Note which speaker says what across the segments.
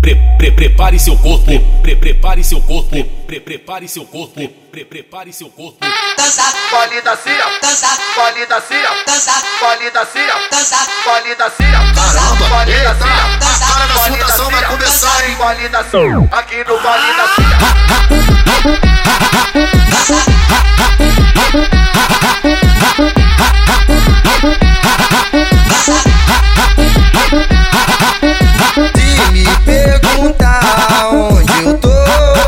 Speaker 1: Pre -pre prepare seu corpo, pre prepare seu corpo, pre prepare seu corpo, pre prepare seu corpo.
Speaker 2: Dança, pode dançar, dança, pode dançar, dança, pode dançar, dança, pode dançar.
Speaker 3: Caramba, eita, a cara da frutação vai começar, hein?
Speaker 2: Pode dançar, aqui no Vale da Cia.
Speaker 4: Se me perguntar onde eu tô,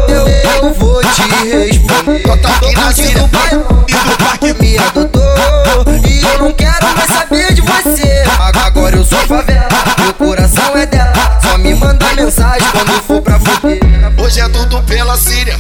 Speaker 4: eu, eu vou te responder.
Speaker 3: Botador
Speaker 4: Que nasci
Speaker 3: Brasília.
Speaker 4: no bairro
Speaker 3: E do parque
Speaker 4: que me adotou. E eu não quero mais saber de você. Agora eu sou favela, meu coração é dela. Só me manda mensagem quando for pra fuder.
Speaker 3: Hoje é tudo pela Síria,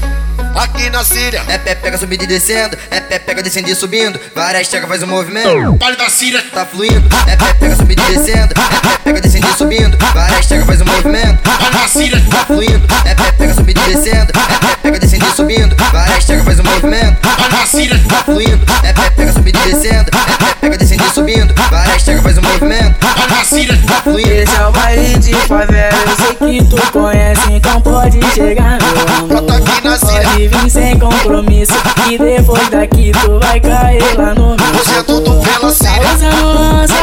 Speaker 3: aqui na Síria.
Speaker 4: É pé pega subindo e descendo, é pé pega descendo e subindo. Várias tecas faz um movimento,
Speaker 3: Vale da Síria,
Speaker 4: tá fluindo. É pé pega subindo e descendo, é pé pega descendo e subindo. Várias tecas faz um movimento.
Speaker 3: vale da Síria.
Speaker 4: tá fluindo. É pé, pega, subindo e descendo. É pé, pega, descendo e subindo. Várias chega, faz um movimento.
Speaker 3: Vale da Síria,
Speaker 4: Tá fluindo. É pé, pega, subindo e descendo. É pé, pega, descendo e subindo. Várias chega, faz um movimento.
Speaker 3: vale da Síria.
Speaker 4: Tá fluindo.
Speaker 5: Esse é o baile de favela, eu sei que tu conhece, então pode chegar, meu
Speaker 3: Bota
Speaker 5: amor.
Speaker 3: aqui na Síria.
Speaker 5: Pode vir sem compromisso, que depois daqui tu vai cair lá no meu.
Speaker 3: Hoje é tudo pela
Speaker 5: Tá
Speaker 3: Síria,
Speaker 5: usando lança,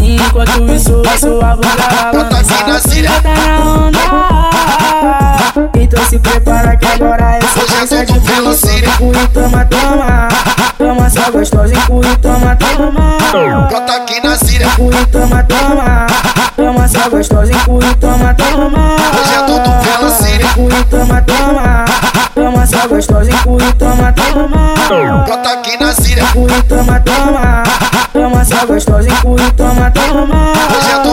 Speaker 5: enquanto isso a sua bunda
Speaker 3: Bota aqui na
Speaker 5: balança.
Speaker 3: Síria.
Speaker 5: Tá na onda, então se prepara que agora é
Speaker 3: Hoje é
Speaker 5: sequência de
Speaker 3: tudo pela Síria.
Speaker 5: Curi, toma, toma, toma só gostosa, curi, toma, toma.
Speaker 3: bota aqui na Síria.
Speaker 5: Curi, toma, toma. Toma só gostosa, hein? Curi, toma, toma.
Speaker 3: Hoje é tudo pela Síria.
Speaker 5: Curi, toma, toma. Toma só gostosa, hein? Curi, toma, toma.
Speaker 3: Bota aqui na Síria,
Speaker 5: Curi, toma, toma. Toma só gostosa, hein? Curi, toma, toma.
Speaker 3: hoje é tudo